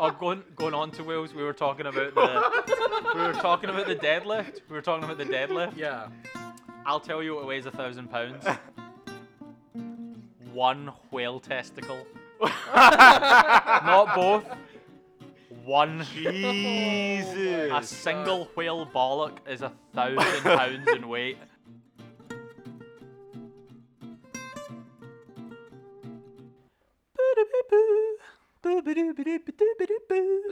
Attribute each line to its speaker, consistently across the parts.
Speaker 1: Oh, going going on to Wales, we were talking about the we were talking about the deadlift. We were talking about the deadlift.
Speaker 2: Yeah.
Speaker 1: I'll tell you what weighs a thousand pounds. One whale testicle. Not both. One.
Speaker 2: uh,
Speaker 1: A
Speaker 3: Jesus.
Speaker 1: single whale bollock is a thousand pounds in weight.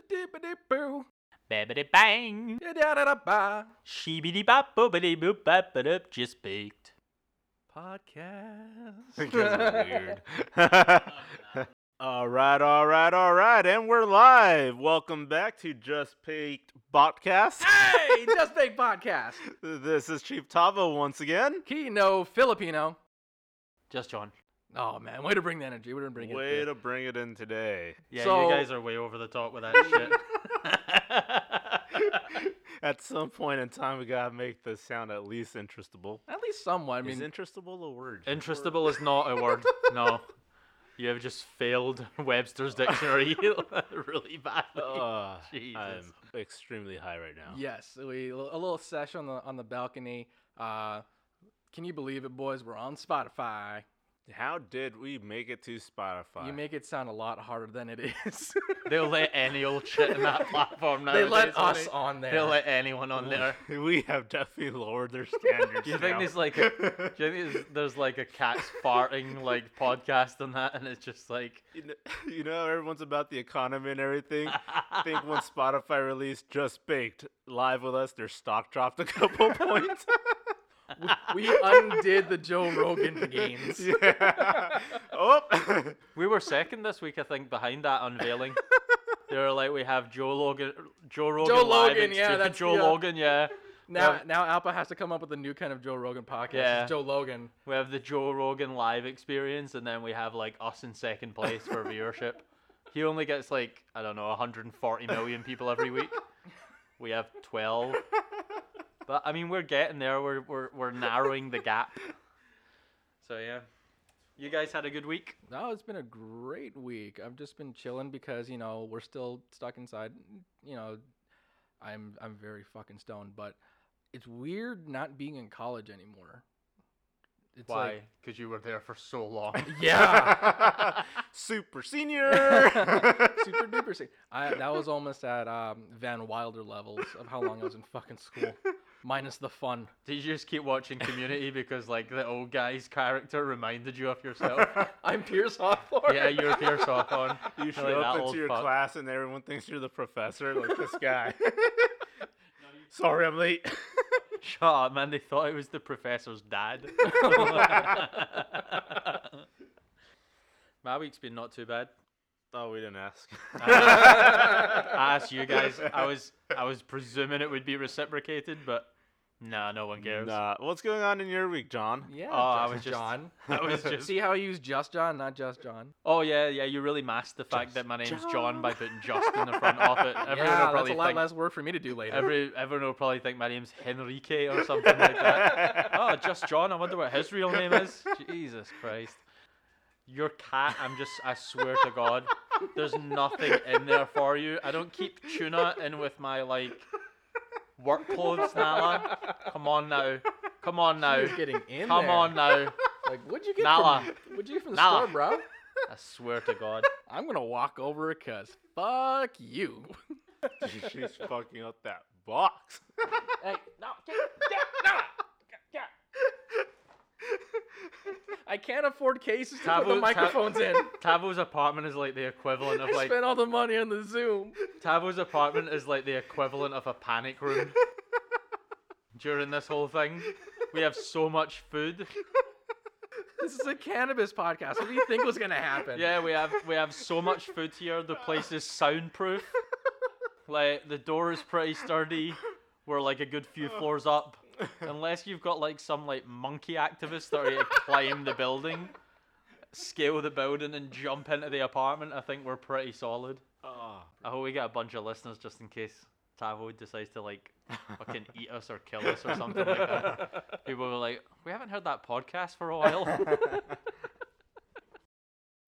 Speaker 2: Dippity-boo.
Speaker 1: Babbity bang,
Speaker 2: Da-da-da-ba.
Speaker 1: sheebity bop, boobity boop, bop, it up, just baked.
Speaker 2: Podcast.
Speaker 3: Because weird. all right, all right, all right, and we're live. Welcome back to Just Peaked Botcast.
Speaker 2: hey, Just Big Podcast.
Speaker 3: this is Chief Tavo once again.
Speaker 2: Kino Filipino.
Speaker 1: Just John.
Speaker 2: Oh man, way to bring the energy. We didn't bring it.
Speaker 3: Way to bring it in today.
Speaker 1: Yeah,
Speaker 2: So-
Speaker 1: you guys are way over the top with that shit.
Speaker 3: At some point in time, we gotta make this sound at least interestable.
Speaker 2: At least someone. I
Speaker 3: I mean,
Speaker 2: mean,
Speaker 3: is interestable a word?
Speaker 1: Interestable is not a word. No. You have just failed Webster's dictionary really badly.
Speaker 2: Oh.
Speaker 3: Uh,
Speaker 1: Jesus.
Speaker 3: I'm extremely high right now.
Speaker 2: yes, we a little sesh on the on the balcony. Uh, can you believe it, boys? We're on Spotify.
Speaker 3: How did we make it to Spotify?
Speaker 2: You make it sound a lot harder than it is.
Speaker 1: They'll let any old shit in that platform
Speaker 3: Uh,
Speaker 1: now.
Speaker 2: they let us on there.
Speaker 1: They'll let anyone on there.
Speaker 3: we have definitely lowered their standards.
Speaker 1: Do you think
Speaker 3: now.
Speaker 1: there's like a, do you think there's, there's like a cat's farting like podcast on that, and it's just like
Speaker 3: You know, you know how everyone's about the economy and everything. I think when Spotify released Just Baked live with us, their stock dropped a couple points.
Speaker 2: we undid the Joe Rogan gains.
Speaker 3: yeah. Oh.
Speaker 1: we were second this week, I think, behind that unveiling. they were like, we have Joe Logan, Joe Rogan, live
Speaker 2: Logan,
Speaker 1: in
Speaker 2: yeah,
Speaker 1: stu-
Speaker 2: that's- uh,
Speaker 1: Joe
Speaker 2: yeah.
Speaker 1: Logan, yeah.
Speaker 2: Now,
Speaker 1: Um,
Speaker 2: now Alpa has to come up with a new kind of Joe Rogan podcast. It's
Speaker 1: Yeah.
Speaker 2: Joe Logan.
Speaker 1: We have the Joe Rogan live experience, and then we have like us in second place for viewership. He only gets like I don't know 140 million people every week. We have 12. But I mean, we're getting there. We're we're we're narrowing the gap. So yeah, you guys had a good week.
Speaker 2: No, it's been a great week. I've just been chilling because you know we're still stuck inside. You know, I'm I'm very fucking stoned, but it's weird not being in college anymore. It's
Speaker 1: Why?
Speaker 2: Like,
Speaker 1: Because you were there for so long.
Speaker 2: yeah,
Speaker 3: Super senior.
Speaker 2: super duper sick. I that was almost at um, Van Wilder levels of how long I was in fucking school, minus the fun.
Speaker 1: Did you just keep watching Community because like the old guy's character reminded you of yourself?
Speaker 2: I'm Pierce Hawthorne.
Speaker 1: yeah, you're Pierce Hawthorne.
Speaker 3: You show
Speaker 1: Like that
Speaker 3: up
Speaker 1: old
Speaker 3: into your
Speaker 1: fuck.
Speaker 3: class and everyone thinks you're the professor, like this guy. Sorry, I'm late.
Speaker 1: Shut up, man. They thought it was the professor's dad. My week's been not too bad.
Speaker 3: Oh, we didn't ask.
Speaker 1: I asked you guys. I was I was presuming it would be reciprocated, but nah, no one cares.
Speaker 3: Nah, what's going on in your week, John?
Speaker 2: Yeah,
Speaker 1: Oh, I
Speaker 2: just
Speaker 1: was just-
Speaker 2: John.
Speaker 1: I was just.
Speaker 2: See how you use just John, not just John.
Speaker 1: Oh yeah, yeah. You really masked the fact that my name's John. by putting just in the front of it. Everyone
Speaker 2: yeah,
Speaker 1: will
Speaker 2: that's
Speaker 1: probably
Speaker 2: a lot
Speaker 1: think.
Speaker 2: less work for me to do later.
Speaker 1: Every everyone will probably think my name's Henrique or something like that. oh, just John. I wonder what his real name is. Jesus Christ. Your cat, I'm just, I swear to God, there's nothing in there for you. I don't keep tuna in with my, like, work clothes, Nala. Come on now. Come on now.
Speaker 2: He's getting in
Speaker 1: Come
Speaker 2: there.
Speaker 1: on now.
Speaker 2: Like, what'd you get
Speaker 1: Nala.
Speaker 2: from? What'd you get from the
Speaker 1: Nala.
Speaker 2: store, bro?
Speaker 1: I swear to God.
Speaker 2: I'm gonna walk over cause fuck you.
Speaker 3: She's fucking up that box.
Speaker 2: hey, no, get, get, no, get, get. I can't afford cases to put the
Speaker 1: Tabu- ta-
Speaker 2: microphones in.
Speaker 1: Tavo's apartment is like the equivalent of,
Speaker 2: I
Speaker 1: like,
Speaker 2: spent all the money on the Zoom.
Speaker 1: Tavo's apartment is like the equivalent of a panic room during this whole thing. We have so much food.
Speaker 2: This is a cannabis podcast. What do you think was gonna happen?
Speaker 1: Yeah, we have we have so much food here. The place is soundproof. Like the door is pretty sturdy. We're like a good few floors up. Unless you've got like some like monkey activists that are to climb the building, scale the building and jump into the apartment, I think we're pretty solid.
Speaker 3: Oh.
Speaker 1: I hope we get a bunch of listeners just in case Tavo decides to like fucking eat us or kill us or something like that. People were like, we haven't heard that podcast for a while. oh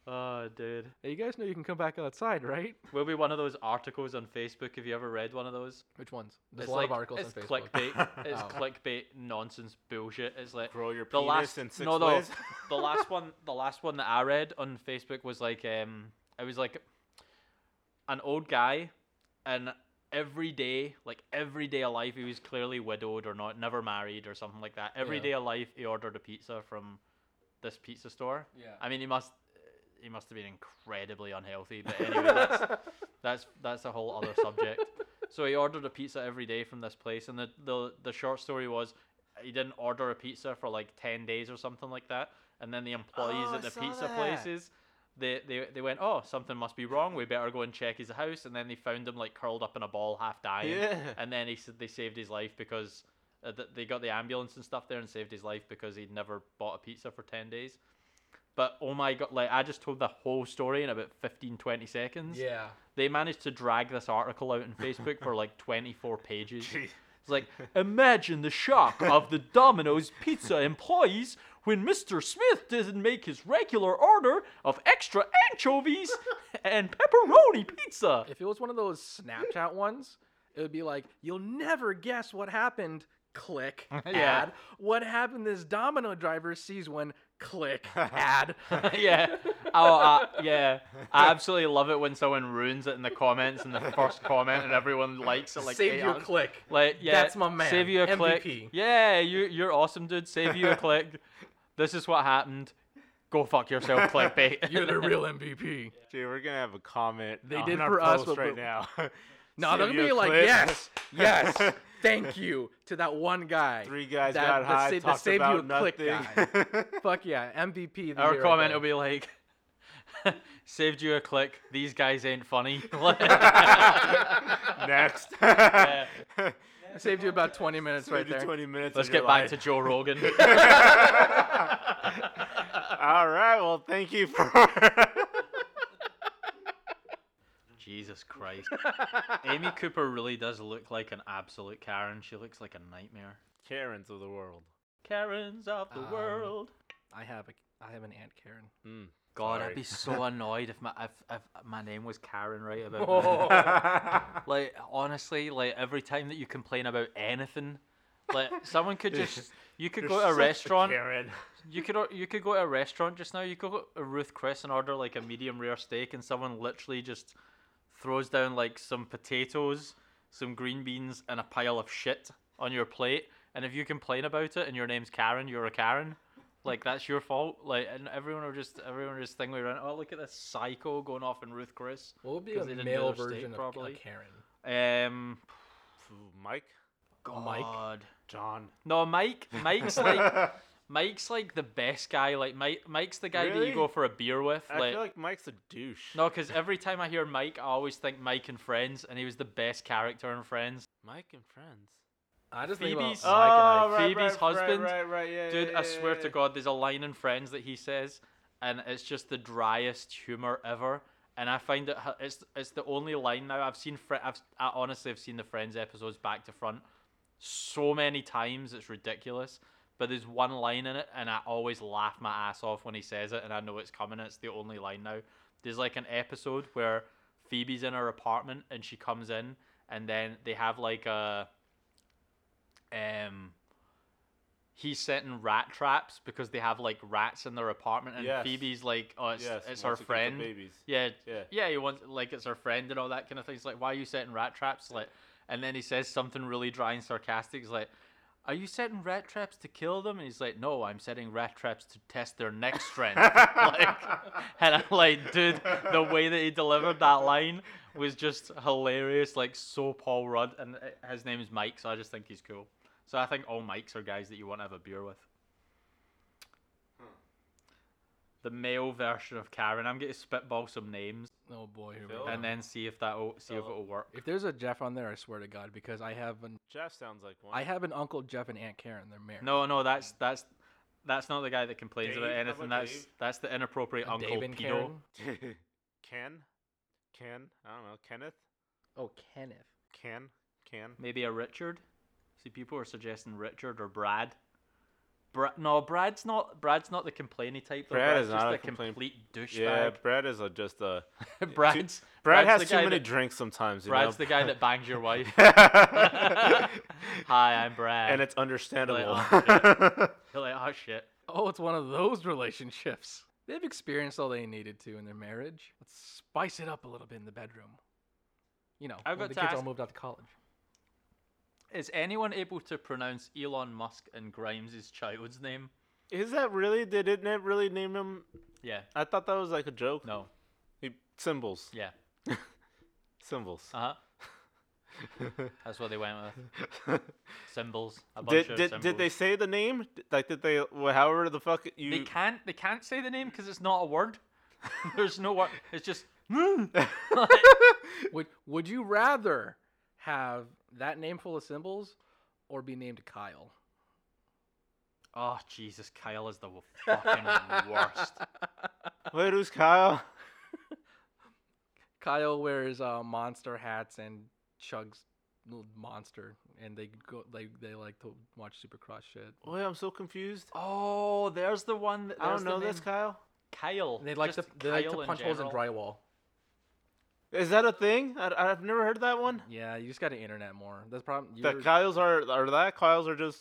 Speaker 1: Oh, dude.
Speaker 2: Hey, you guys know you can come back outside, right?
Speaker 1: Will be one of those articles on Facebook. Have you ever read one of those?
Speaker 2: Which ones? There's
Speaker 1: it's
Speaker 2: a lot
Speaker 1: like,
Speaker 2: of articles
Speaker 1: it's
Speaker 2: on Facebook.
Speaker 1: clickbait. It's
Speaker 2: Oh.
Speaker 1: clickbait nonsense bullshit. It's like
Speaker 3: Grow your
Speaker 1: the
Speaker 3: penis
Speaker 1: last
Speaker 3: in six
Speaker 1: no, no,
Speaker 3: ways.
Speaker 1: the last one, the last one that I read on Facebook was like, um, it was like an old guy, and every day, like every day of life, he was clearly widowed or not, never married or something like that. Every
Speaker 2: Yeah.
Speaker 1: day of life, he ordered a pizza from this pizza store.
Speaker 2: Yeah.
Speaker 1: I mean, he must. He must have been incredibly unhealthy, but anyway, that's, that's that's a whole other subject. So he ordered a pizza every day from this place, and the, the the short story was he didn't order a pizza for like ten days or something like that, and then the employees
Speaker 3: Oh, I
Speaker 1: at the
Speaker 3: saw
Speaker 1: pizza
Speaker 3: that.
Speaker 1: places. They, they, they went oh something must be wrong we better go and check his house and then they found him like curled up in a ball half dying
Speaker 3: Yeah.
Speaker 1: and then he said they saved his life because uh, th- they got the ambulance and stuff there and saved his life because he'd never bought a pizza for 10 days but oh my god like i just told the whole story in about 15 20 seconds
Speaker 2: Yeah.
Speaker 1: they managed to drag this article out on facebook for like 24 pages
Speaker 3: Gee.
Speaker 1: it's like imagine the shock of the domino's pizza employees when mr smith didn't make his regular order of extra anchovies and pepperoni pizza
Speaker 2: If it was one of those Snapchat ones, it would be like, you'll never guess what happened. Click. Ad. What happened? This domino driver sees when. Click. Ad.
Speaker 1: yeah. Oh, uh, yeah. I absolutely love it when someone ruins it in the comments and the first comment and everyone likes it. Like,
Speaker 2: Save
Speaker 1: eight
Speaker 2: your
Speaker 1: hours.
Speaker 2: click.
Speaker 1: Like, yeah.
Speaker 2: That's my man,
Speaker 1: Save you a click.
Speaker 2: MVP.
Speaker 1: Yeah, you, you're awesome, dude. Save you a click. This is what happened. Go fuck yourself, clickbait.
Speaker 2: You're the real MVP.
Speaker 3: Gee, we're gonna have a comment.
Speaker 2: They
Speaker 3: on
Speaker 2: did
Speaker 3: our
Speaker 2: for us,
Speaker 3: post
Speaker 2: but-
Speaker 3: right
Speaker 2: but-
Speaker 3: now.
Speaker 2: No, they're gonna
Speaker 3: Save you
Speaker 2: be
Speaker 3: a
Speaker 2: like,
Speaker 3: clip.
Speaker 2: yes, yes, thank you to that one guy.
Speaker 3: Three guys
Speaker 2: that-
Speaker 3: got
Speaker 2: that
Speaker 3: high,
Speaker 2: sa- that
Speaker 3: talked
Speaker 2: saved you
Speaker 3: about
Speaker 2: a click
Speaker 3: nothing.
Speaker 2: Fuck yeah, MVP. of The
Speaker 1: Our
Speaker 2: year, I
Speaker 1: comment will be
Speaker 2: think.
Speaker 1: like, saved you a click. These guys ain't funny.
Speaker 3: Next.
Speaker 2: I saved you about 20 minutes
Speaker 3: Saved
Speaker 2: right
Speaker 3: you
Speaker 2: there.
Speaker 3: 20 minutes.
Speaker 1: Let's
Speaker 3: of your
Speaker 1: get back
Speaker 3: life.
Speaker 1: to Joe Rogan.
Speaker 3: All right. Well, thank you for.
Speaker 1: Jesus Christ. Amy Cooper really does look like an absolute Karen. She looks like a nightmare.
Speaker 3: Karens of the world.
Speaker 1: Karens of the
Speaker 2: Um,
Speaker 1: world.
Speaker 2: I have a, I have an aunt Karen.
Speaker 3: Mm,
Speaker 1: God,
Speaker 3: sorry.
Speaker 1: I'd be so annoyed if my if, if my name was Karen right about now.
Speaker 2: Oh.
Speaker 1: like honestly, like every time that you complain about anything, like someone could
Speaker 3: You're
Speaker 1: just you could
Speaker 3: You're
Speaker 1: go to
Speaker 3: such
Speaker 1: a restaurant,
Speaker 3: Karen.
Speaker 1: you could or- you could go to a restaurant just now. You could go to Ruth Chris and order like a medium rare steak, and someone literally just throws down like some potatoes, some green beans, and a pile of shit on your plate. And if you complain about it, and your name's Karen, you're a Karen. Like that's your fault. Like, and everyone would just everyone would just think we around. Oh, look at this psycho going off in Ruth Chris.
Speaker 2: What would be
Speaker 1: 'Cause
Speaker 2: a
Speaker 1: they didn't do
Speaker 2: male
Speaker 1: their steak
Speaker 2: version of
Speaker 1: properly.
Speaker 2: a Karen?
Speaker 1: Um,
Speaker 3: Ooh, Mike.
Speaker 2: Mike?
Speaker 1: God.
Speaker 3: John.
Speaker 1: No, Mike. Mike's like Mike's like the best guy. Like Mike. Mike's the guy that
Speaker 3: Really?
Speaker 1: you go for a beer with.
Speaker 3: I
Speaker 1: like,
Speaker 3: feel like Mike's a douche.
Speaker 1: No, because every time I hear Mike, I always think Mike and Friends, and he was the best character in Friends.
Speaker 3: Mike and friends.
Speaker 2: I just think
Speaker 1: Phoebe's-
Speaker 2: about
Speaker 3: Oh,
Speaker 2: Mike and I.
Speaker 1: right, Phoebe's right, husband. right,
Speaker 3: yeah,
Speaker 1: Dude, I swear to God, there's a line in Friends that he says, and it's just the driest humor ever. And I find it h- it's it's the only line now I've seen. Fri- I've I honestly have seen the Friends episodes back to front so many times. It's ridiculous. But there's one line in it, and I always laugh my ass off when he says it, and I know it's coming. and It's the only line now. There's like an episode where Phoebe's in her apartment, and she comes in, and then they have like a um he's setting rat traps because they have like rats in their apartment and
Speaker 3: Yes.
Speaker 1: Phoebe's like oh it's,
Speaker 3: Yes,
Speaker 1: it's
Speaker 3: wants
Speaker 1: her
Speaker 3: to keep the
Speaker 1: friend
Speaker 3: Babies.
Speaker 1: yeah
Speaker 3: Yeah.
Speaker 1: yeah he wants like it's her friend and all that kind of thing he's like why are you setting rat traps like and then he says something really dry and sarcastic he's like are you setting rat traps to kill them and he's like no I'm setting rat traps to test their neck strength like and I'm like dude the way that he delivered that line was just hilarious like so Paul Rudd and uh, his name is Mike so I just think he's cool so I think all Mikes are guys that you want to have a beer with. The male version of Karen. I'm going to spitball some names
Speaker 2: Oh boy, here we
Speaker 3: Phil?
Speaker 2: go.
Speaker 1: and then see if that'll see if
Speaker 3: Philip.
Speaker 1: it'll work.
Speaker 2: if there's a Jeff on there, I swear to God, because I have an
Speaker 3: Jeff sounds like one.
Speaker 2: I have an uncle Jeff and Aunt Karen. They're married.
Speaker 1: No, no, that's that's that's not the guy that complains about
Speaker 3: Dave? How
Speaker 1: anything.
Speaker 3: about
Speaker 1: That's
Speaker 3: Dave?
Speaker 1: that's the inappropriate
Speaker 2: A
Speaker 1: uncle
Speaker 2: Dave and
Speaker 1: pedo.
Speaker 2: Karen.
Speaker 3: Ken. Ken. I don't know. Kenneth.
Speaker 2: Oh, Kenneth.
Speaker 3: Ken. Ken.
Speaker 1: Maybe a Richard. See, people are suggesting Richard or Brad. Bra- no, Brad's not. Brad's not the complainy type. Though.
Speaker 3: Brad
Speaker 1: Brad's
Speaker 3: is
Speaker 1: just
Speaker 3: not
Speaker 1: a
Speaker 3: a complain-
Speaker 1: complete
Speaker 3: Yeah,
Speaker 1: douchebag.
Speaker 3: Brad is a, just a.
Speaker 1: Brad's Brad's
Speaker 3: Brad
Speaker 1: the
Speaker 3: has too
Speaker 1: guy
Speaker 3: many
Speaker 1: That,
Speaker 3: drinks sometimes. You
Speaker 1: Brad's
Speaker 3: know?
Speaker 1: the guy that bangs your wife.
Speaker 3: guy.
Speaker 1: Hi, I'm Brad.
Speaker 3: and it's understandable.
Speaker 1: You're like, oh shit.
Speaker 2: Oh, it's one of those relationships. They've experienced all they needed to in their marriage. Let's spice it up a little bit in the bedroom. You know,
Speaker 1: I've
Speaker 2: when
Speaker 1: got
Speaker 2: the
Speaker 1: to
Speaker 2: kids all
Speaker 1: ask-
Speaker 2: moved out to college.
Speaker 1: Is anyone able to pronounce Elon Musk and Grimes' child's name?
Speaker 3: is that really? They didn't it really name him?
Speaker 1: Yeah.
Speaker 3: I thought that was like a joke.
Speaker 1: No.
Speaker 3: He, symbols.
Speaker 1: Yeah.
Speaker 3: Symbols.
Speaker 1: Uh huh. That's what they went with.
Speaker 3: Uh,
Speaker 1: Symbols. A bunch
Speaker 3: did
Speaker 1: of
Speaker 3: did, did they
Speaker 1: symbols.
Speaker 3: say the name? D- Like did they? wh- However the fuck you.
Speaker 1: They can't. They can't say the name because it's not a word. There's no word. It's just.
Speaker 2: Would Would you rather have that name full of symbols, or be named Kyle?
Speaker 1: Oh Jesus! Kyle is the w- fucking worst.
Speaker 3: Wait, who's Kyle?
Speaker 2: Kyle wears uh, monster hats and chugs little monster, and they go they they like to watch Supercross shit.
Speaker 3: Wait, I'm so confused.
Speaker 1: Oh, there's the one. That,
Speaker 3: I
Speaker 1: there's
Speaker 3: don't
Speaker 1: the
Speaker 3: know this
Speaker 1: name.
Speaker 3: Kyle.
Speaker 1: Kyle.
Speaker 2: And they like to
Speaker 1: just
Speaker 2: they like to
Speaker 1: Kyle in
Speaker 2: punch holes in
Speaker 1: general.
Speaker 2: drywall.
Speaker 3: Is that a thing? I, I've never heard that one.
Speaker 2: Yeah, you just got to internet more. That's the problem.
Speaker 3: The
Speaker 2: you're-
Speaker 3: Kyles are are that Kyles are just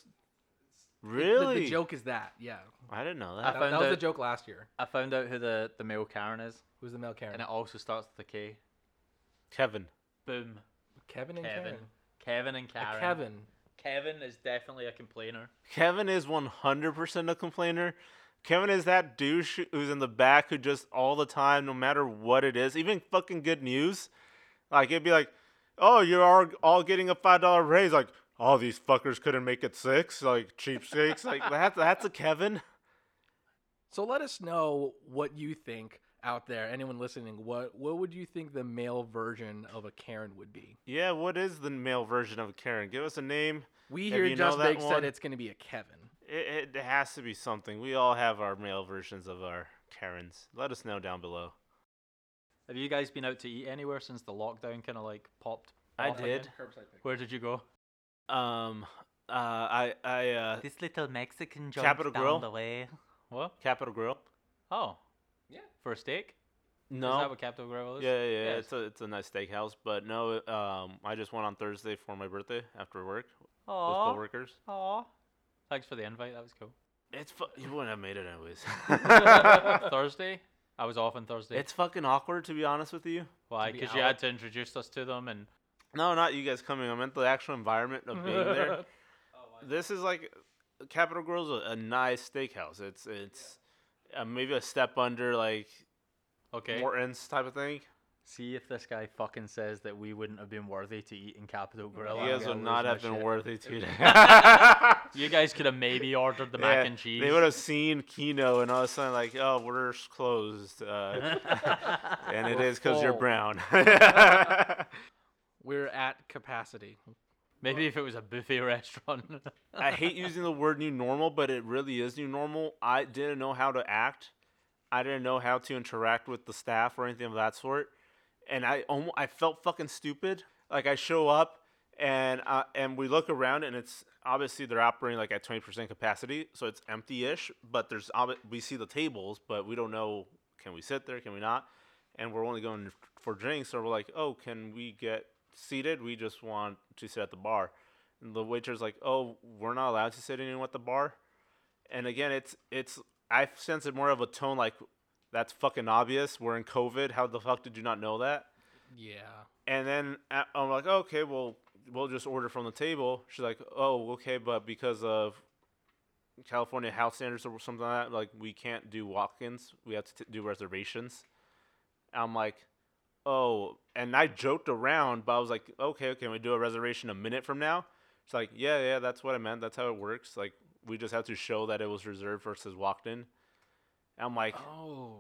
Speaker 2: the-
Speaker 3: really.
Speaker 2: the joke is that. Yeah,
Speaker 3: I didn't know
Speaker 1: I
Speaker 2: that,
Speaker 3: that.
Speaker 1: found
Speaker 2: that was the
Speaker 1: out-
Speaker 2: joke last year.
Speaker 1: I found out who the the male Karen is,
Speaker 2: Who's the male Karen?
Speaker 1: and it also starts with a K.
Speaker 3: Kevin.
Speaker 1: Boom.
Speaker 2: Kevin and
Speaker 1: Kevin.
Speaker 2: Karen.
Speaker 1: Kevin and
Speaker 2: A
Speaker 1: Karen.
Speaker 2: Kevin.
Speaker 1: Kevin is definitely a complainer.
Speaker 3: Kevin is 100% a complainer. Kevin is that douche who's in the back who just all the time, no matter what it is, even fucking good news, like it'd be like, oh, you're all, all getting a five dollar raise. Like, oh, these fuckers couldn't make it six. Like cheapskates. like that's that's a Kevin.
Speaker 2: So let us know what you think out there. Anyone listening, what what would you think the male version of a Karen would be?
Speaker 3: Yeah, what is the male version of a Karen? Give us a name.
Speaker 2: We
Speaker 3: If
Speaker 2: hear
Speaker 3: you know
Speaker 2: Just
Speaker 3: that
Speaker 2: Big
Speaker 3: one-
Speaker 2: said it's going to be a Kevin.
Speaker 3: It, it has to be something. We all have our male versions of our Karens. Let us know down below.
Speaker 1: Have you guys been out to eat anywhere since the lockdown kind of like popped?
Speaker 3: I
Speaker 1: off
Speaker 3: did.
Speaker 1: again? Where did you go?
Speaker 3: Um, uh, I I uh,
Speaker 1: This little Mexican
Speaker 3: joint's Capital down Grill? the
Speaker 1: way. What?
Speaker 3: Capital Grill.
Speaker 1: Oh.
Speaker 2: Yeah.
Speaker 1: For a steak?
Speaker 3: No,
Speaker 1: Is that what Capital Grill is?
Speaker 3: Yeah, yeah, yeah,
Speaker 1: Yeah,
Speaker 3: it's a it's a nice steakhouse, but no, it- um, I just went on Thursday for my birthday after work with
Speaker 1: Aw.
Speaker 3: coworkers.
Speaker 1: Aw. Thanks for the invite. That was cool.
Speaker 3: It's fu- you wouldn't have made it anyways.
Speaker 1: Thursday? I was off on Thursday.
Speaker 3: it's fucking awkward to be honest with you.
Speaker 1: Why?
Speaker 2: to be
Speaker 1: Because you
Speaker 2: out.
Speaker 1: had to introduce us to them and.
Speaker 3: No, not you guys coming. I meant the actual environment of being
Speaker 1: Oh,
Speaker 3: there. this is like Capital Grill's a, a nice steakhouse. It's it's uh, maybe a step under like
Speaker 1: okay.
Speaker 3: Morton's type of thing.
Speaker 1: See if this guy fucking says that we wouldn't have been worthy to eat in Capital Grill.
Speaker 2: Oh,
Speaker 3: you
Speaker 1: I'm
Speaker 3: guys
Speaker 1: gonna
Speaker 3: would
Speaker 1: lose
Speaker 3: not
Speaker 1: my
Speaker 3: have been
Speaker 1: shit.
Speaker 3: worthy to.
Speaker 1: You guys could have maybe ordered the
Speaker 3: Yeah,
Speaker 1: mac and cheese.
Speaker 3: They would have seen Kino and all of a sudden like, oh, we're s- closed, uh, and it
Speaker 2: We're
Speaker 3: is because you're
Speaker 2: full.
Speaker 3: brown.
Speaker 2: We're at capacity.
Speaker 1: Maybe if it was a buffet restaurant.
Speaker 3: I hate using the word new normal, but it really is new normal. I didn't know how to act. I didn't know how to interact with the staff or anything of that sort, and I almost I felt fucking stupid. Like I show up and uh, and we look around and it's obviously they're operating like at twenty percent capacity, so it's empty-ish. But there's obvi- we see the tables, but we don't know can we sit there, can we not, and we're only going for drinks. So we're like, oh, can we get seated? We just want to sit at the bar. And the waiter's like, "Oh, we're not allowed to sit anyone at the bar." And again, it's it's I sense it more of a tone like, "That's fucking obvious. We're in COVID. How the fuck did you not know that?"
Speaker 2: Yeah.
Speaker 3: And then a- I'm like, "Okay, well, we'll just order from the table." She's like, "Oh, okay, but because of California house standards or something like that, like we can't do walk-ins. We have to t- do reservations." I'm like, "Oh," and I joked around, but I was like, "Okay, can we do a reservation a minute from now?" It's like, yeah, yeah, that's what I meant. That's how it works. Like, we just have to show that it was reserved versus walked in. I'm like,
Speaker 2: Oh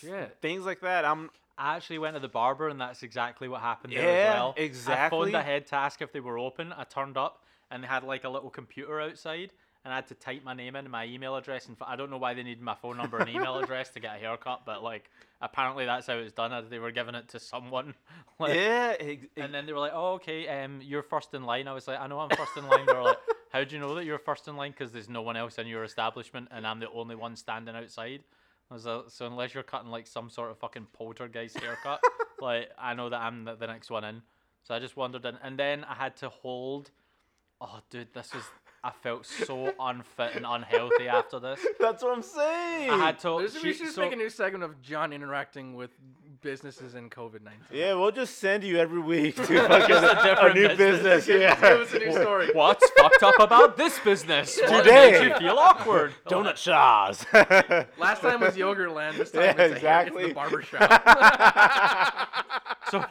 Speaker 2: shit.
Speaker 3: things like that. I'm
Speaker 1: I actually went to the barber, and that's exactly what happened there
Speaker 3: Yeah,
Speaker 1: as well. I
Speaker 3: exactly.
Speaker 1: phoned ahead to ask if they were open. I turned up, and they had like a little computer outside, and I had to type my name in, and my email address, and f- I don't know why they need my phone number and email address to get a haircut, but like apparently that's how it's done. uh, They were giving it to someone. Like,
Speaker 3: yeah, ex- ex-
Speaker 1: And then they were like, "Oh, okay, um, you're first in line." I was like, "I know I'm first in line." They were like, How do you know that you're first in line? Because there's no one else in your establishment, and I'm the only one standing outside. I was like, so unless you're cutting like some sort of fucking poltergeist haircut, like I know that I'm the, the next one in. So I just wandered in, and then I had to hold. Oh, dude, this was. I felt so unfit and unhealthy after this.
Speaker 3: That's what I'm saying.
Speaker 1: I had to.
Speaker 2: There's- we
Speaker 1: she-
Speaker 2: should just
Speaker 1: so-
Speaker 2: make a new segment of John interacting with businesses and COVID nineteen.
Speaker 3: yeah, we'll just send you every week to fucking
Speaker 1: a
Speaker 3: a,
Speaker 1: different
Speaker 3: new
Speaker 1: business.
Speaker 3: business.
Speaker 2: Give
Speaker 3: Yeah.
Speaker 2: us a new story.
Speaker 1: What's fucked up about this business? What
Speaker 3: Today.
Speaker 1: makes you feel awkward?
Speaker 3: Donut Shaws.
Speaker 2: Last time was Yogurt Land. This time
Speaker 3: Yeah,
Speaker 2: it's, a hair, it's
Speaker 3: exactly.
Speaker 2: the barbershop.
Speaker 1: So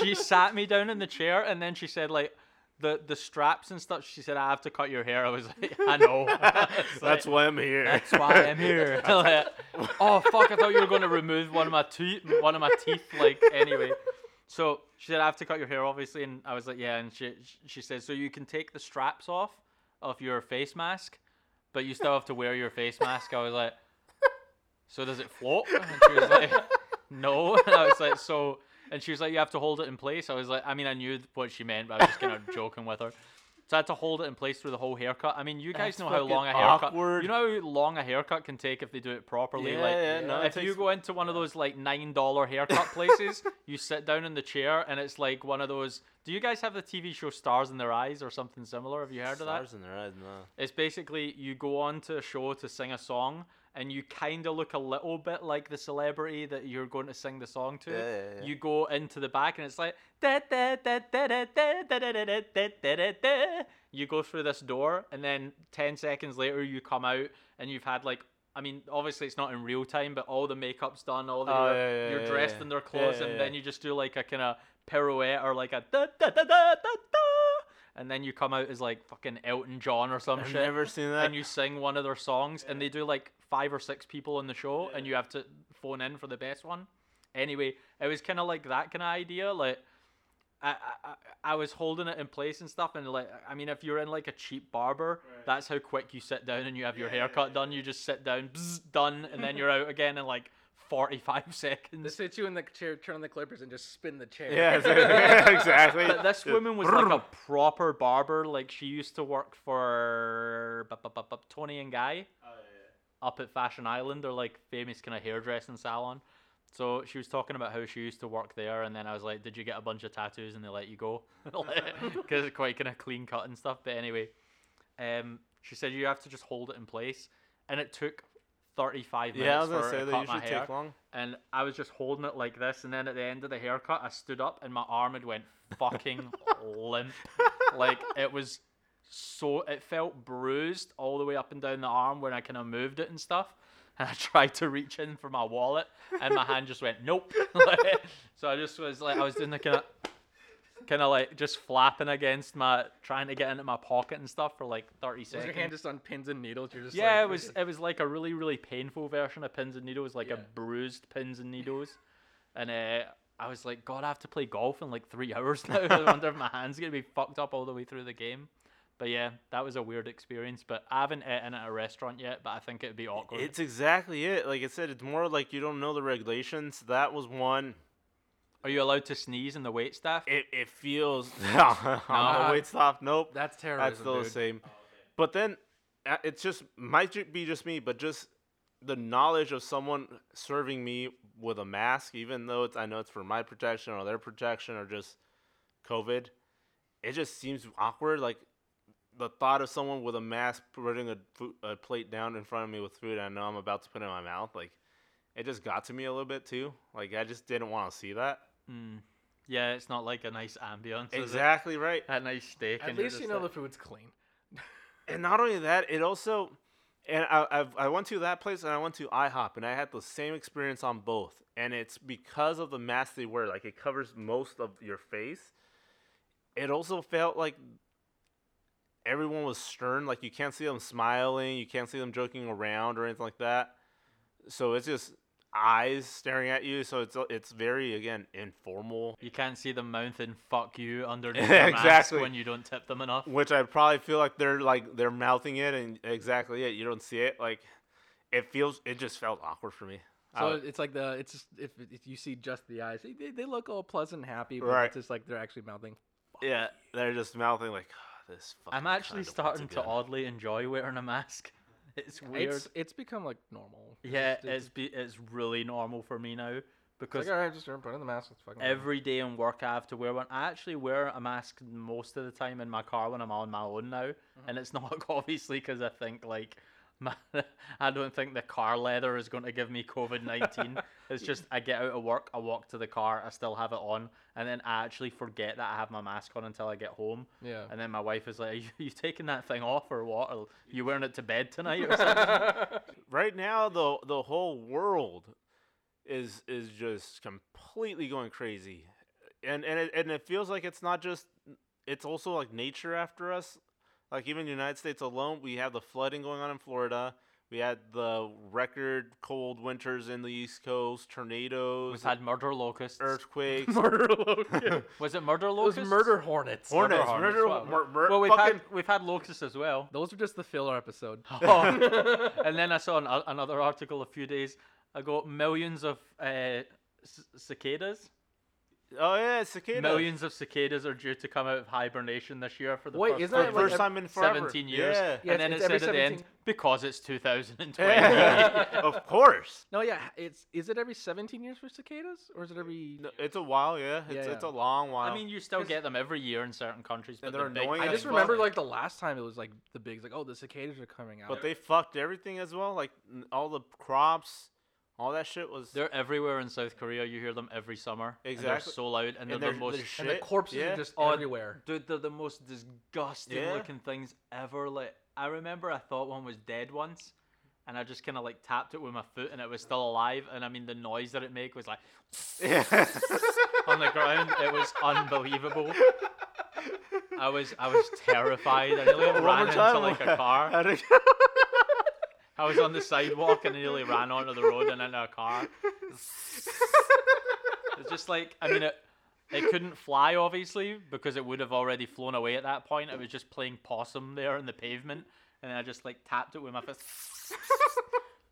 Speaker 1: she sat me down in the chair and then she said like the the straps and stuff. She said I have to cut your hair. I was like, I know. It's like,
Speaker 3: That's why I'm here.
Speaker 1: that's why I'm here. Like, oh fuck! I thought you were going to remove one of my teeth. One of my teeth. Like anyway. So she said I have to cut your hair, obviously, and I was like, yeah. And she she said so you can take the straps off of your face mask, but you still have to wear your face mask. I was like, so does it float? And she was like, no. And I was like, so. And she was like, you have to hold it in place. I was like, I mean, I knew what she meant, but I was just kind of joking with her. So I had to hold it in place through the whole haircut. I mean, you guys
Speaker 3: That's
Speaker 1: know how
Speaker 3: fucking
Speaker 1: long a haircut.
Speaker 3: awkward.
Speaker 1: You know how long a haircut can take if they do it properly.
Speaker 3: Yeah,
Speaker 1: like,
Speaker 3: yeah, no, it
Speaker 1: if you
Speaker 3: takes-
Speaker 1: go into one of those like nine dollar haircut places, you sit down in the chair and it's like one of those. Do you guys have the TV show Stars in Their Eyes or something similar? Have you heard of that?
Speaker 3: Stars in their eyes, no.
Speaker 1: It's basically you go on to a show to sing a song and you kind of look a little bit like the celebrity that you're going to sing the song to.
Speaker 3: Yeah, yeah, yeah.
Speaker 1: You go into the back and it's like da da da da da da da da da da da da da da. You go through this door and then 10 seconds later you come out and you've had like I mean, obviously it's not in real time, but all the makeup's done, all the
Speaker 3: Oh,
Speaker 1: you're,
Speaker 3: yeah, yeah,
Speaker 1: you're
Speaker 3: yeah,
Speaker 1: dressed
Speaker 3: yeah.
Speaker 1: in their
Speaker 3: Yeah,
Speaker 1: clothes,
Speaker 3: yeah,
Speaker 1: and
Speaker 3: yeah.
Speaker 1: then you just do like a kind of pirouette or like a da da da da da da, and then you come out as like fucking Elton John or some
Speaker 3: I've
Speaker 1: shit
Speaker 3: never seen that.
Speaker 1: and you sing one of their songs, and they do like five or six people on the show, and you have to phone in for the best one. Anyway, it was kind of like that kind of idea. Like, I, I I- I was holding it in place and stuff, and like I mean, if you're in like a cheap barber, that's how quick you sit down and you have your haircut done. You just sit down, bzz, done, and then you're out again in like forty five
Speaker 2: they
Speaker 1: seconds.
Speaker 2: sit you in the chair, turn on the clippers, and just spin the chair.
Speaker 3: yeah, exactly. exactly.
Speaker 1: But this
Speaker 3: Yeah.
Speaker 1: woman was like a proper barber. Like she used to work for bu- bu- bu- bu- Tony and Guy up at Fashion Island, or like famous kind of hairdressing salon. So she was talking about how she used to work there, and then I was like, "Did you get a bunch of tattoos and they let you go?" Because it's quite kind of clean cut and stuff. But anyway, um, she said you have to just hold it in place, and it took thirty-five minutes
Speaker 3: Yeah, I was
Speaker 1: for
Speaker 3: gonna
Speaker 1: her
Speaker 3: say
Speaker 1: to
Speaker 3: that
Speaker 1: cut my
Speaker 3: usually
Speaker 1: hair
Speaker 3: take long.
Speaker 1: and I was just holding it like this, and then at the end of the haircut, I stood up and my arm had went fucking limp. Like it was so it felt bruised all the way up and down the arm when I kind of moved it and stuff. And I tried to reach in for my wallet, and my hand just went nope. Like, so I just was like, I was doing the kind of kind of like just flapping against my trying to get into my pocket and stuff for like 30
Speaker 2: Was
Speaker 1: seconds
Speaker 2: your hand just on pins and needles? You're just
Speaker 1: yeah,
Speaker 2: like-
Speaker 1: it was it was like a really really painful version of pins and needles, like
Speaker 2: Yeah.
Speaker 1: a bruised pins and needles, and uh, I was like, God, I have to play golf in like three hours now. I wonder if my hands gonna be fucked up all the way through the game. But yeah, that was a weird experience. But I haven't eaten at a restaurant yet, but I think it'd be awkward.
Speaker 3: It's exactly it. Like I said, it's more like you don't know the regulations. That was one.
Speaker 1: Are you allowed to sneeze in the wait staff?
Speaker 3: It, it feels on
Speaker 2: Uh,
Speaker 3: the wait stop. Nope,
Speaker 2: That's terrible.
Speaker 3: that's still the same. But then uh, it's just might ju- be just me, but just the knowledge of someone serving me with a mask, even though it's I know it's for my protection or their protection or just COVID, it just seems awkward. Like the thought of someone with a mask putting a, food, a plate down in front of me with food I know I'm about to put in my mouth, like it just got to me a little bit too. Like I just didn't want to see that.
Speaker 1: Mm. Yeah, it's not like a nice ambience. is it?
Speaker 3: exactly right.
Speaker 1: A nice steak.
Speaker 2: At
Speaker 1: and you're
Speaker 2: least you
Speaker 1: just
Speaker 2: know the
Speaker 1: like-
Speaker 2: food's clean.
Speaker 3: and not only that, it also, and I I've, I went to that place and I went to IHOP and I had the same experience on both, and it's because of the mask they wear, like it covers most of your face. It also felt like everyone was stern, like you can't see them smiling, you can't see them joking around or anything like that. So it's just eyes staring at you. So it's it's very again informal.
Speaker 1: you can't see them mouthing "fuck you" underneath
Speaker 3: Yeah,
Speaker 1: their mask
Speaker 3: exactly.
Speaker 1: when you don't tip them enough.
Speaker 3: which I probably feel like they're like they're mouthing it and exactly it. You don't see it. Like it feels. It just felt awkward for me. I
Speaker 2: So
Speaker 1: Oh.
Speaker 3: would-
Speaker 2: it's like the it's just, if, if you see just the eyes, they, they look all pleasant, and happy, but
Speaker 3: Right.
Speaker 2: it's just like they're actually mouthing.
Speaker 3: yeah, they're just mouthing like. "Ah, this fucking
Speaker 1: I'm actually
Speaker 3: cunt once
Speaker 1: starting to
Speaker 3: again."
Speaker 1: oddly enjoy wearing a mask. It's weird.
Speaker 2: It's it's become like normal.
Speaker 1: yeah,
Speaker 2: Just-
Speaker 1: it's be, it's really normal for me now because
Speaker 2: like, um, all right, just start putting the mask. It's fucking
Speaker 1: every day in work I have to wear one. I actually wear a mask most of the time in my car when I'm on my own now, and it's not obviously because I think like. My, I don't think the car leather is going to give me COVID 19. it's just I get out of work, I walk to the car, I still have it on, and then I actually forget that I have my mask on until I get home.
Speaker 2: yeah.
Speaker 1: And then my wife is like, Are you, you taking that thing off or what? Or you wearing it to bed tonight or something?
Speaker 3: right now the the whole world is is just completely going crazy and and it, and it feels like it's not just it's also like nature after us like even the united states alone we have the flooding going on in florida we had the record cold winters in the east coast
Speaker 1: We've
Speaker 3: tornadoes
Speaker 1: had murder locusts.
Speaker 3: earthquakes
Speaker 2: murder locust.
Speaker 1: Er, Was it murder
Speaker 2: Those
Speaker 1: locusts?
Speaker 2: murder hornets.
Speaker 3: hornets
Speaker 1: hornets,
Speaker 3: murder,
Speaker 1: wow.
Speaker 3: mur- mur-
Speaker 1: Well, we've
Speaker 3: fucking-
Speaker 1: had, we've had locusts as well.
Speaker 2: Those are just the filler episode.
Speaker 1: Oh, and then I saw an, another article a few days ago millions of uh, c- cicadas.
Speaker 3: oh yeah cicadas
Speaker 1: Millions of cicadas are due to come out of hibernation this year for the
Speaker 2: Wait,
Speaker 1: first,
Speaker 2: isn't
Speaker 3: for the
Speaker 2: that like
Speaker 3: first
Speaker 2: ev-
Speaker 3: time in forever.
Speaker 1: 17 years.
Speaker 3: yeah,
Speaker 2: Yeah,
Speaker 1: and then
Speaker 2: it's-
Speaker 1: it
Speaker 2: it's
Speaker 1: said at
Speaker 2: every
Speaker 1: the end,
Speaker 2: 17
Speaker 1: because it's 2020.
Speaker 3: yeah. of course
Speaker 2: No, yeah, it's is it every 17 years for cicadas or is it every?
Speaker 3: No, it's a while, yeah. It's,
Speaker 2: Yeah,
Speaker 3: it's a
Speaker 2: yeah.
Speaker 3: long while.
Speaker 1: I mean, you still
Speaker 3: Cause-
Speaker 1: get them every year in certain countries, but
Speaker 3: they're
Speaker 1: the big
Speaker 3: annoying
Speaker 2: I
Speaker 3: as
Speaker 2: just
Speaker 3: fuck.
Speaker 2: remember like the last time it was like the bigs like oh the cicadas are coming out.
Speaker 3: but they fucked everything as well. Like n- all the crops, all that shit was.
Speaker 1: They're everywhere in South Korea. You hear them every summer. and
Speaker 3: Exactly.
Speaker 1: they're so loud, and,
Speaker 3: and
Speaker 1: they're
Speaker 3: their,
Speaker 1: the most.
Speaker 3: their shit.
Speaker 2: and the corpses
Speaker 3: yeah.
Speaker 2: are just
Speaker 1: Oh,
Speaker 2: everywhere.
Speaker 1: Dude, they're the most disgusting
Speaker 3: Yeah.
Speaker 1: looking things ever. Like I remember, I thought one was dead once, and I just kind of like tapped it with my foot, and it was still alive. And I mean, the noise that it made was like on the ground. It was unbelievable. I was I was terrified. I nearly
Speaker 3: One more
Speaker 1: ran into
Speaker 3: time,
Speaker 1: like a car.
Speaker 3: How'd it
Speaker 1: I was on the sidewalk and I nearly ran onto the road and into a car. It's just like I mean it. It couldn't fly, obviously, because it would have already flown away at that point. It was just playing possum there in the pavement, and I just like tapped it with my fist.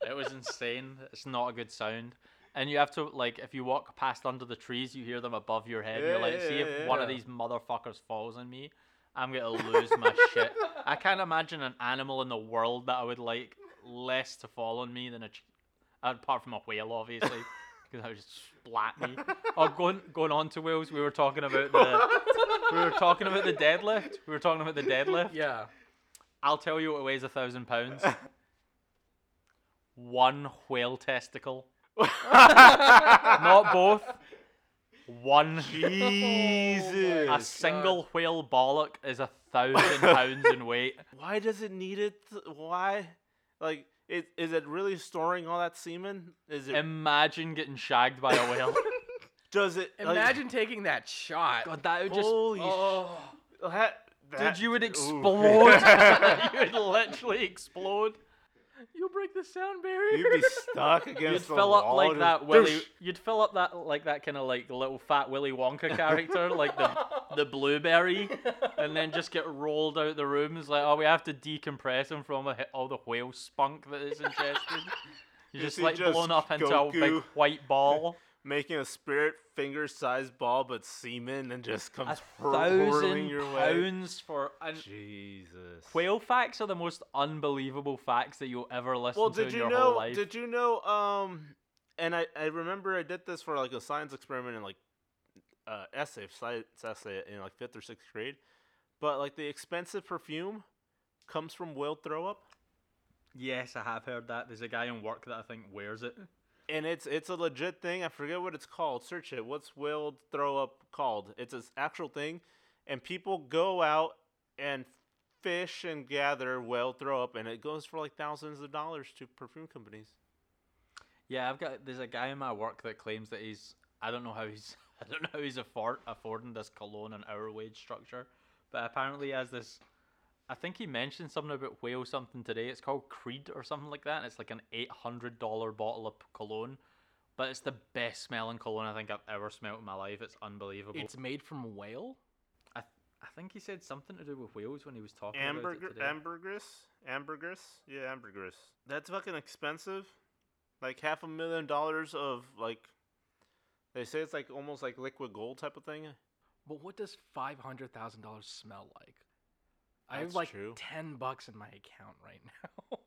Speaker 1: it was insane. It's not a good sound, and you have to like if you walk past under the trees, you hear them above your head. You're like,
Speaker 3: Yeah,
Speaker 1: see
Speaker 3: yeah,
Speaker 1: if
Speaker 3: yeah,
Speaker 1: one of
Speaker 3: yeah.
Speaker 1: these motherfuckers falls on me, I'm gonna lose my shit. I can't imagine an animal in the world that I would like less to fall on me than a, ch- apart from a whale, obviously, because that would just splat me. Oh, going going on to whales, we were talking about the we were talking about the deadlift. We were talking about the deadlift.
Speaker 2: Yeah,
Speaker 1: I'll tell you what weighs a thousand pounds. One whale testicle, not both. One.
Speaker 3: Jesus.
Speaker 1: A single whale bollock is a thousand pounds in weight.
Speaker 3: Why does it need it? Why? Like, is, is it really storing all that semen? Is it?
Speaker 1: Imagine getting shagged by a
Speaker 3: Oh,
Speaker 1: whale.
Speaker 3: does it? like,
Speaker 2: imagine taking that shot.
Speaker 1: God, that would just.
Speaker 3: Holy
Speaker 1: oh,
Speaker 3: sh- that- that-
Speaker 1: dude, you would
Speaker 3: ooh.
Speaker 1: explode. you would literally explode.
Speaker 2: You'll break the sound barrier.
Speaker 3: You'd be stuck against
Speaker 1: You'd
Speaker 3: the
Speaker 1: fill up
Speaker 3: wall,
Speaker 1: like
Speaker 3: just
Speaker 1: that Willy.
Speaker 3: doosh.
Speaker 1: You'd fill up that like that kind of like little fat Willy Wonka character, like the the blueberry, and then just get rolled out the room. It's like, oh, we have to decompress him from all the- all the whale spunk that is ingested. You're
Speaker 3: Is
Speaker 1: just
Speaker 3: he
Speaker 1: like blown
Speaker 3: just
Speaker 1: up into a big
Speaker 3: Goku?
Speaker 1: white ball.
Speaker 3: making a spirit finger sized ball but semen and just
Speaker 1: a
Speaker 3: comes hur- hurling
Speaker 1: thousand
Speaker 3: your way.
Speaker 1: pounds for and
Speaker 3: Jesus.
Speaker 1: whale facts are the most unbelievable facts that you'll ever listen
Speaker 3: well,
Speaker 1: to in
Speaker 3: did you
Speaker 1: your whole
Speaker 3: know?
Speaker 1: life.
Speaker 3: Did you know? Um, and I, I remember I did this for like a science experiment in like uh, essay, science essay in like fifth or sixth grade. But like the expensive perfume comes from whale throw up,
Speaker 1: yes, I have heard that. There's a guy in work that I think wears it.
Speaker 3: and it's it's a legit thing. I forget what it's called. Search it. What's whale throw up called? It's an actual thing, and people go out and fish and gather whale throw up, and it goes for like thousands of dollars to perfume companies.
Speaker 1: Yeah, I've got. There's a guy in my work that claims that he's. I don't know how he's. I don't know how he's afford, affording this cologne and hour wage structure, but apparently he has this. I think he mentioned something about whale something today. It's called Creed or something like that. And it's like an eight hundred dollar bottle of cologne, but it's the best smelling cologne I think I've ever smelled in my life. It's unbelievable.
Speaker 2: It's made from whale.
Speaker 1: I, I think he said something to do with whales when he was talking about it
Speaker 3: Ambergris,
Speaker 1: today.
Speaker 3: ambergris, ambergris. Yeah, ambergris. That's fucking expensive. Like half a million dollars of like. They say it's like almost like liquid gold type of thing.
Speaker 2: But what does five hundred thousand dollars smell like? I have
Speaker 3: That's
Speaker 2: like
Speaker 3: true.
Speaker 2: ten bucks in my account right now.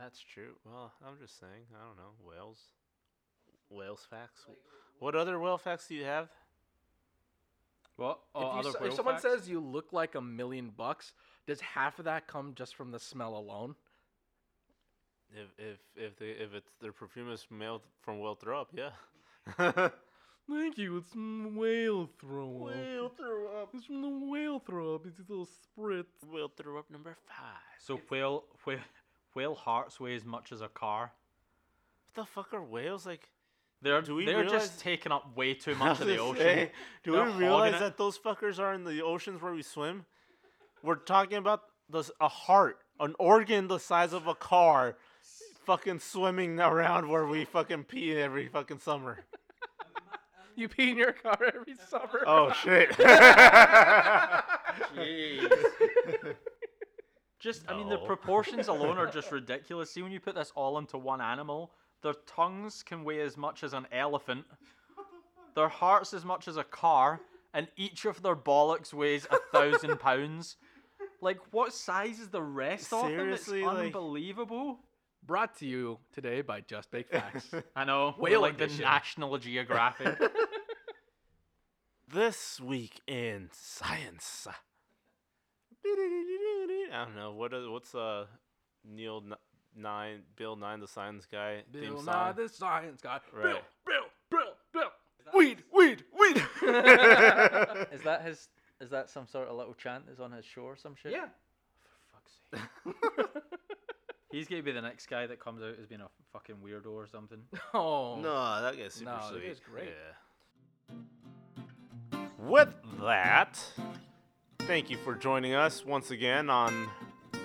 Speaker 3: That's true. Well, I'm just saying. I don't know. Whales. Whales facts. What other whale facts do you have?
Speaker 1: What? Oh,
Speaker 2: if, you,
Speaker 1: other
Speaker 2: s- if
Speaker 1: whale
Speaker 2: someone
Speaker 1: facts?
Speaker 2: says you look like a million bucks, does half of that come just from the smell alone?
Speaker 3: If if if they if it's their perfume is mailed from whale throw up, yeah.
Speaker 2: Thank you. It's from the whale throw up.
Speaker 3: throw up.
Speaker 2: It's from the whale throw up. It's these little spritz.
Speaker 3: Whale throw up number five.
Speaker 1: So whale, whale, whale hearts weigh as much as a car.
Speaker 3: What the fuck are whales like?
Speaker 1: They're
Speaker 3: Do we
Speaker 1: they're
Speaker 3: realize-
Speaker 1: just taking up way too
Speaker 3: I
Speaker 1: much
Speaker 3: was
Speaker 1: of the
Speaker 3: gonna
Speaker 1: ocean.
Speaker 3: say, do
Speaker 1: They're
Speaker 3: we
Speaker 1: hogging
Speaker 3: realize
Speaker 1: it.
Speaker 3: that those fuckers are in the oceans where we swim? We're talking about this, a heart, an organ the size of a car, fucking swimming around where we fucking pee every fucking summer.
Speaker 2: You pee in your car every summer.
Speaker 3: Oh shit.
Speaker 1: Just I mean the
Speaker 3: No.
Speaker 1: proportions alone are just ridiculous. See when you put this all into one animal, their tongues can weigh as much as an elephant, their hearts as much as a car, and each of their bollocks weighs a thousand pounds. Like what size is the rest
Speaker 3: Seriously,
Speaker 1: of them?
Speaker 3: like-
Speaker 1: It's unbelievable.
Speaker 2: Brought to you today by Just Bake Facts.
Speaker 1: I know. we're
Speaker 2: Whale
Speaker 1: like
Speaker 2: edition.
Speaker 1: the National Geographic.
Speaker 3: this week in science. I don't know what is, what's uh Neil N- Nine Bill Nine the Science Guy theme
Speaker 2: Bill
Speaker 3: song.
Speaker 2: Nye the Science Guy. Bill,
Speaker 3: Right.
Speaker 2: Bill, Bill, Bill. Weed, weed, weed.
Speaker 1: is that his? Is that some sort of little chant that's on his shore or some shit?
Speaker 2: yeah.
Speaker 1: He's gonna be the next guy that comes out as being a fucking weirdo or something.
Speaker 2: Oh.
Speaker 3: No, that guy's super
Speaker 2: No, that
Speaker 3: sweet.
Speaker 2: guy's great.
Speaker 3: Yeah. With that, thank you for joining us once again on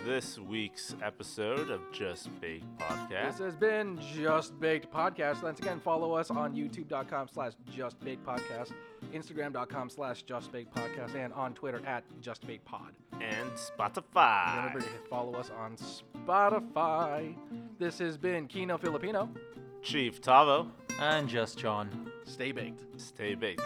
Speaker 3: this week's episode of Just Bake
Speaker 2: This
Speaker 3: Podcast.
Speaker 2: has been Just Baked Podcast. Once again, follow us on youtube.com slash Just Baked Podcast, instagram.com slash Just Baked Podcast, and on Twitter at Just Baked Pod.
Speaker 3: And
Speaker 2: Remember
Speaker 3: Spotify.
Speaker 2: to follow us on Spotify. This has been Kino Filipino.
Speaker 3: Chief Tavo,
Speaker 1: And just John.
Speaker 2: Stay baked.
Speaker 3: stay baked.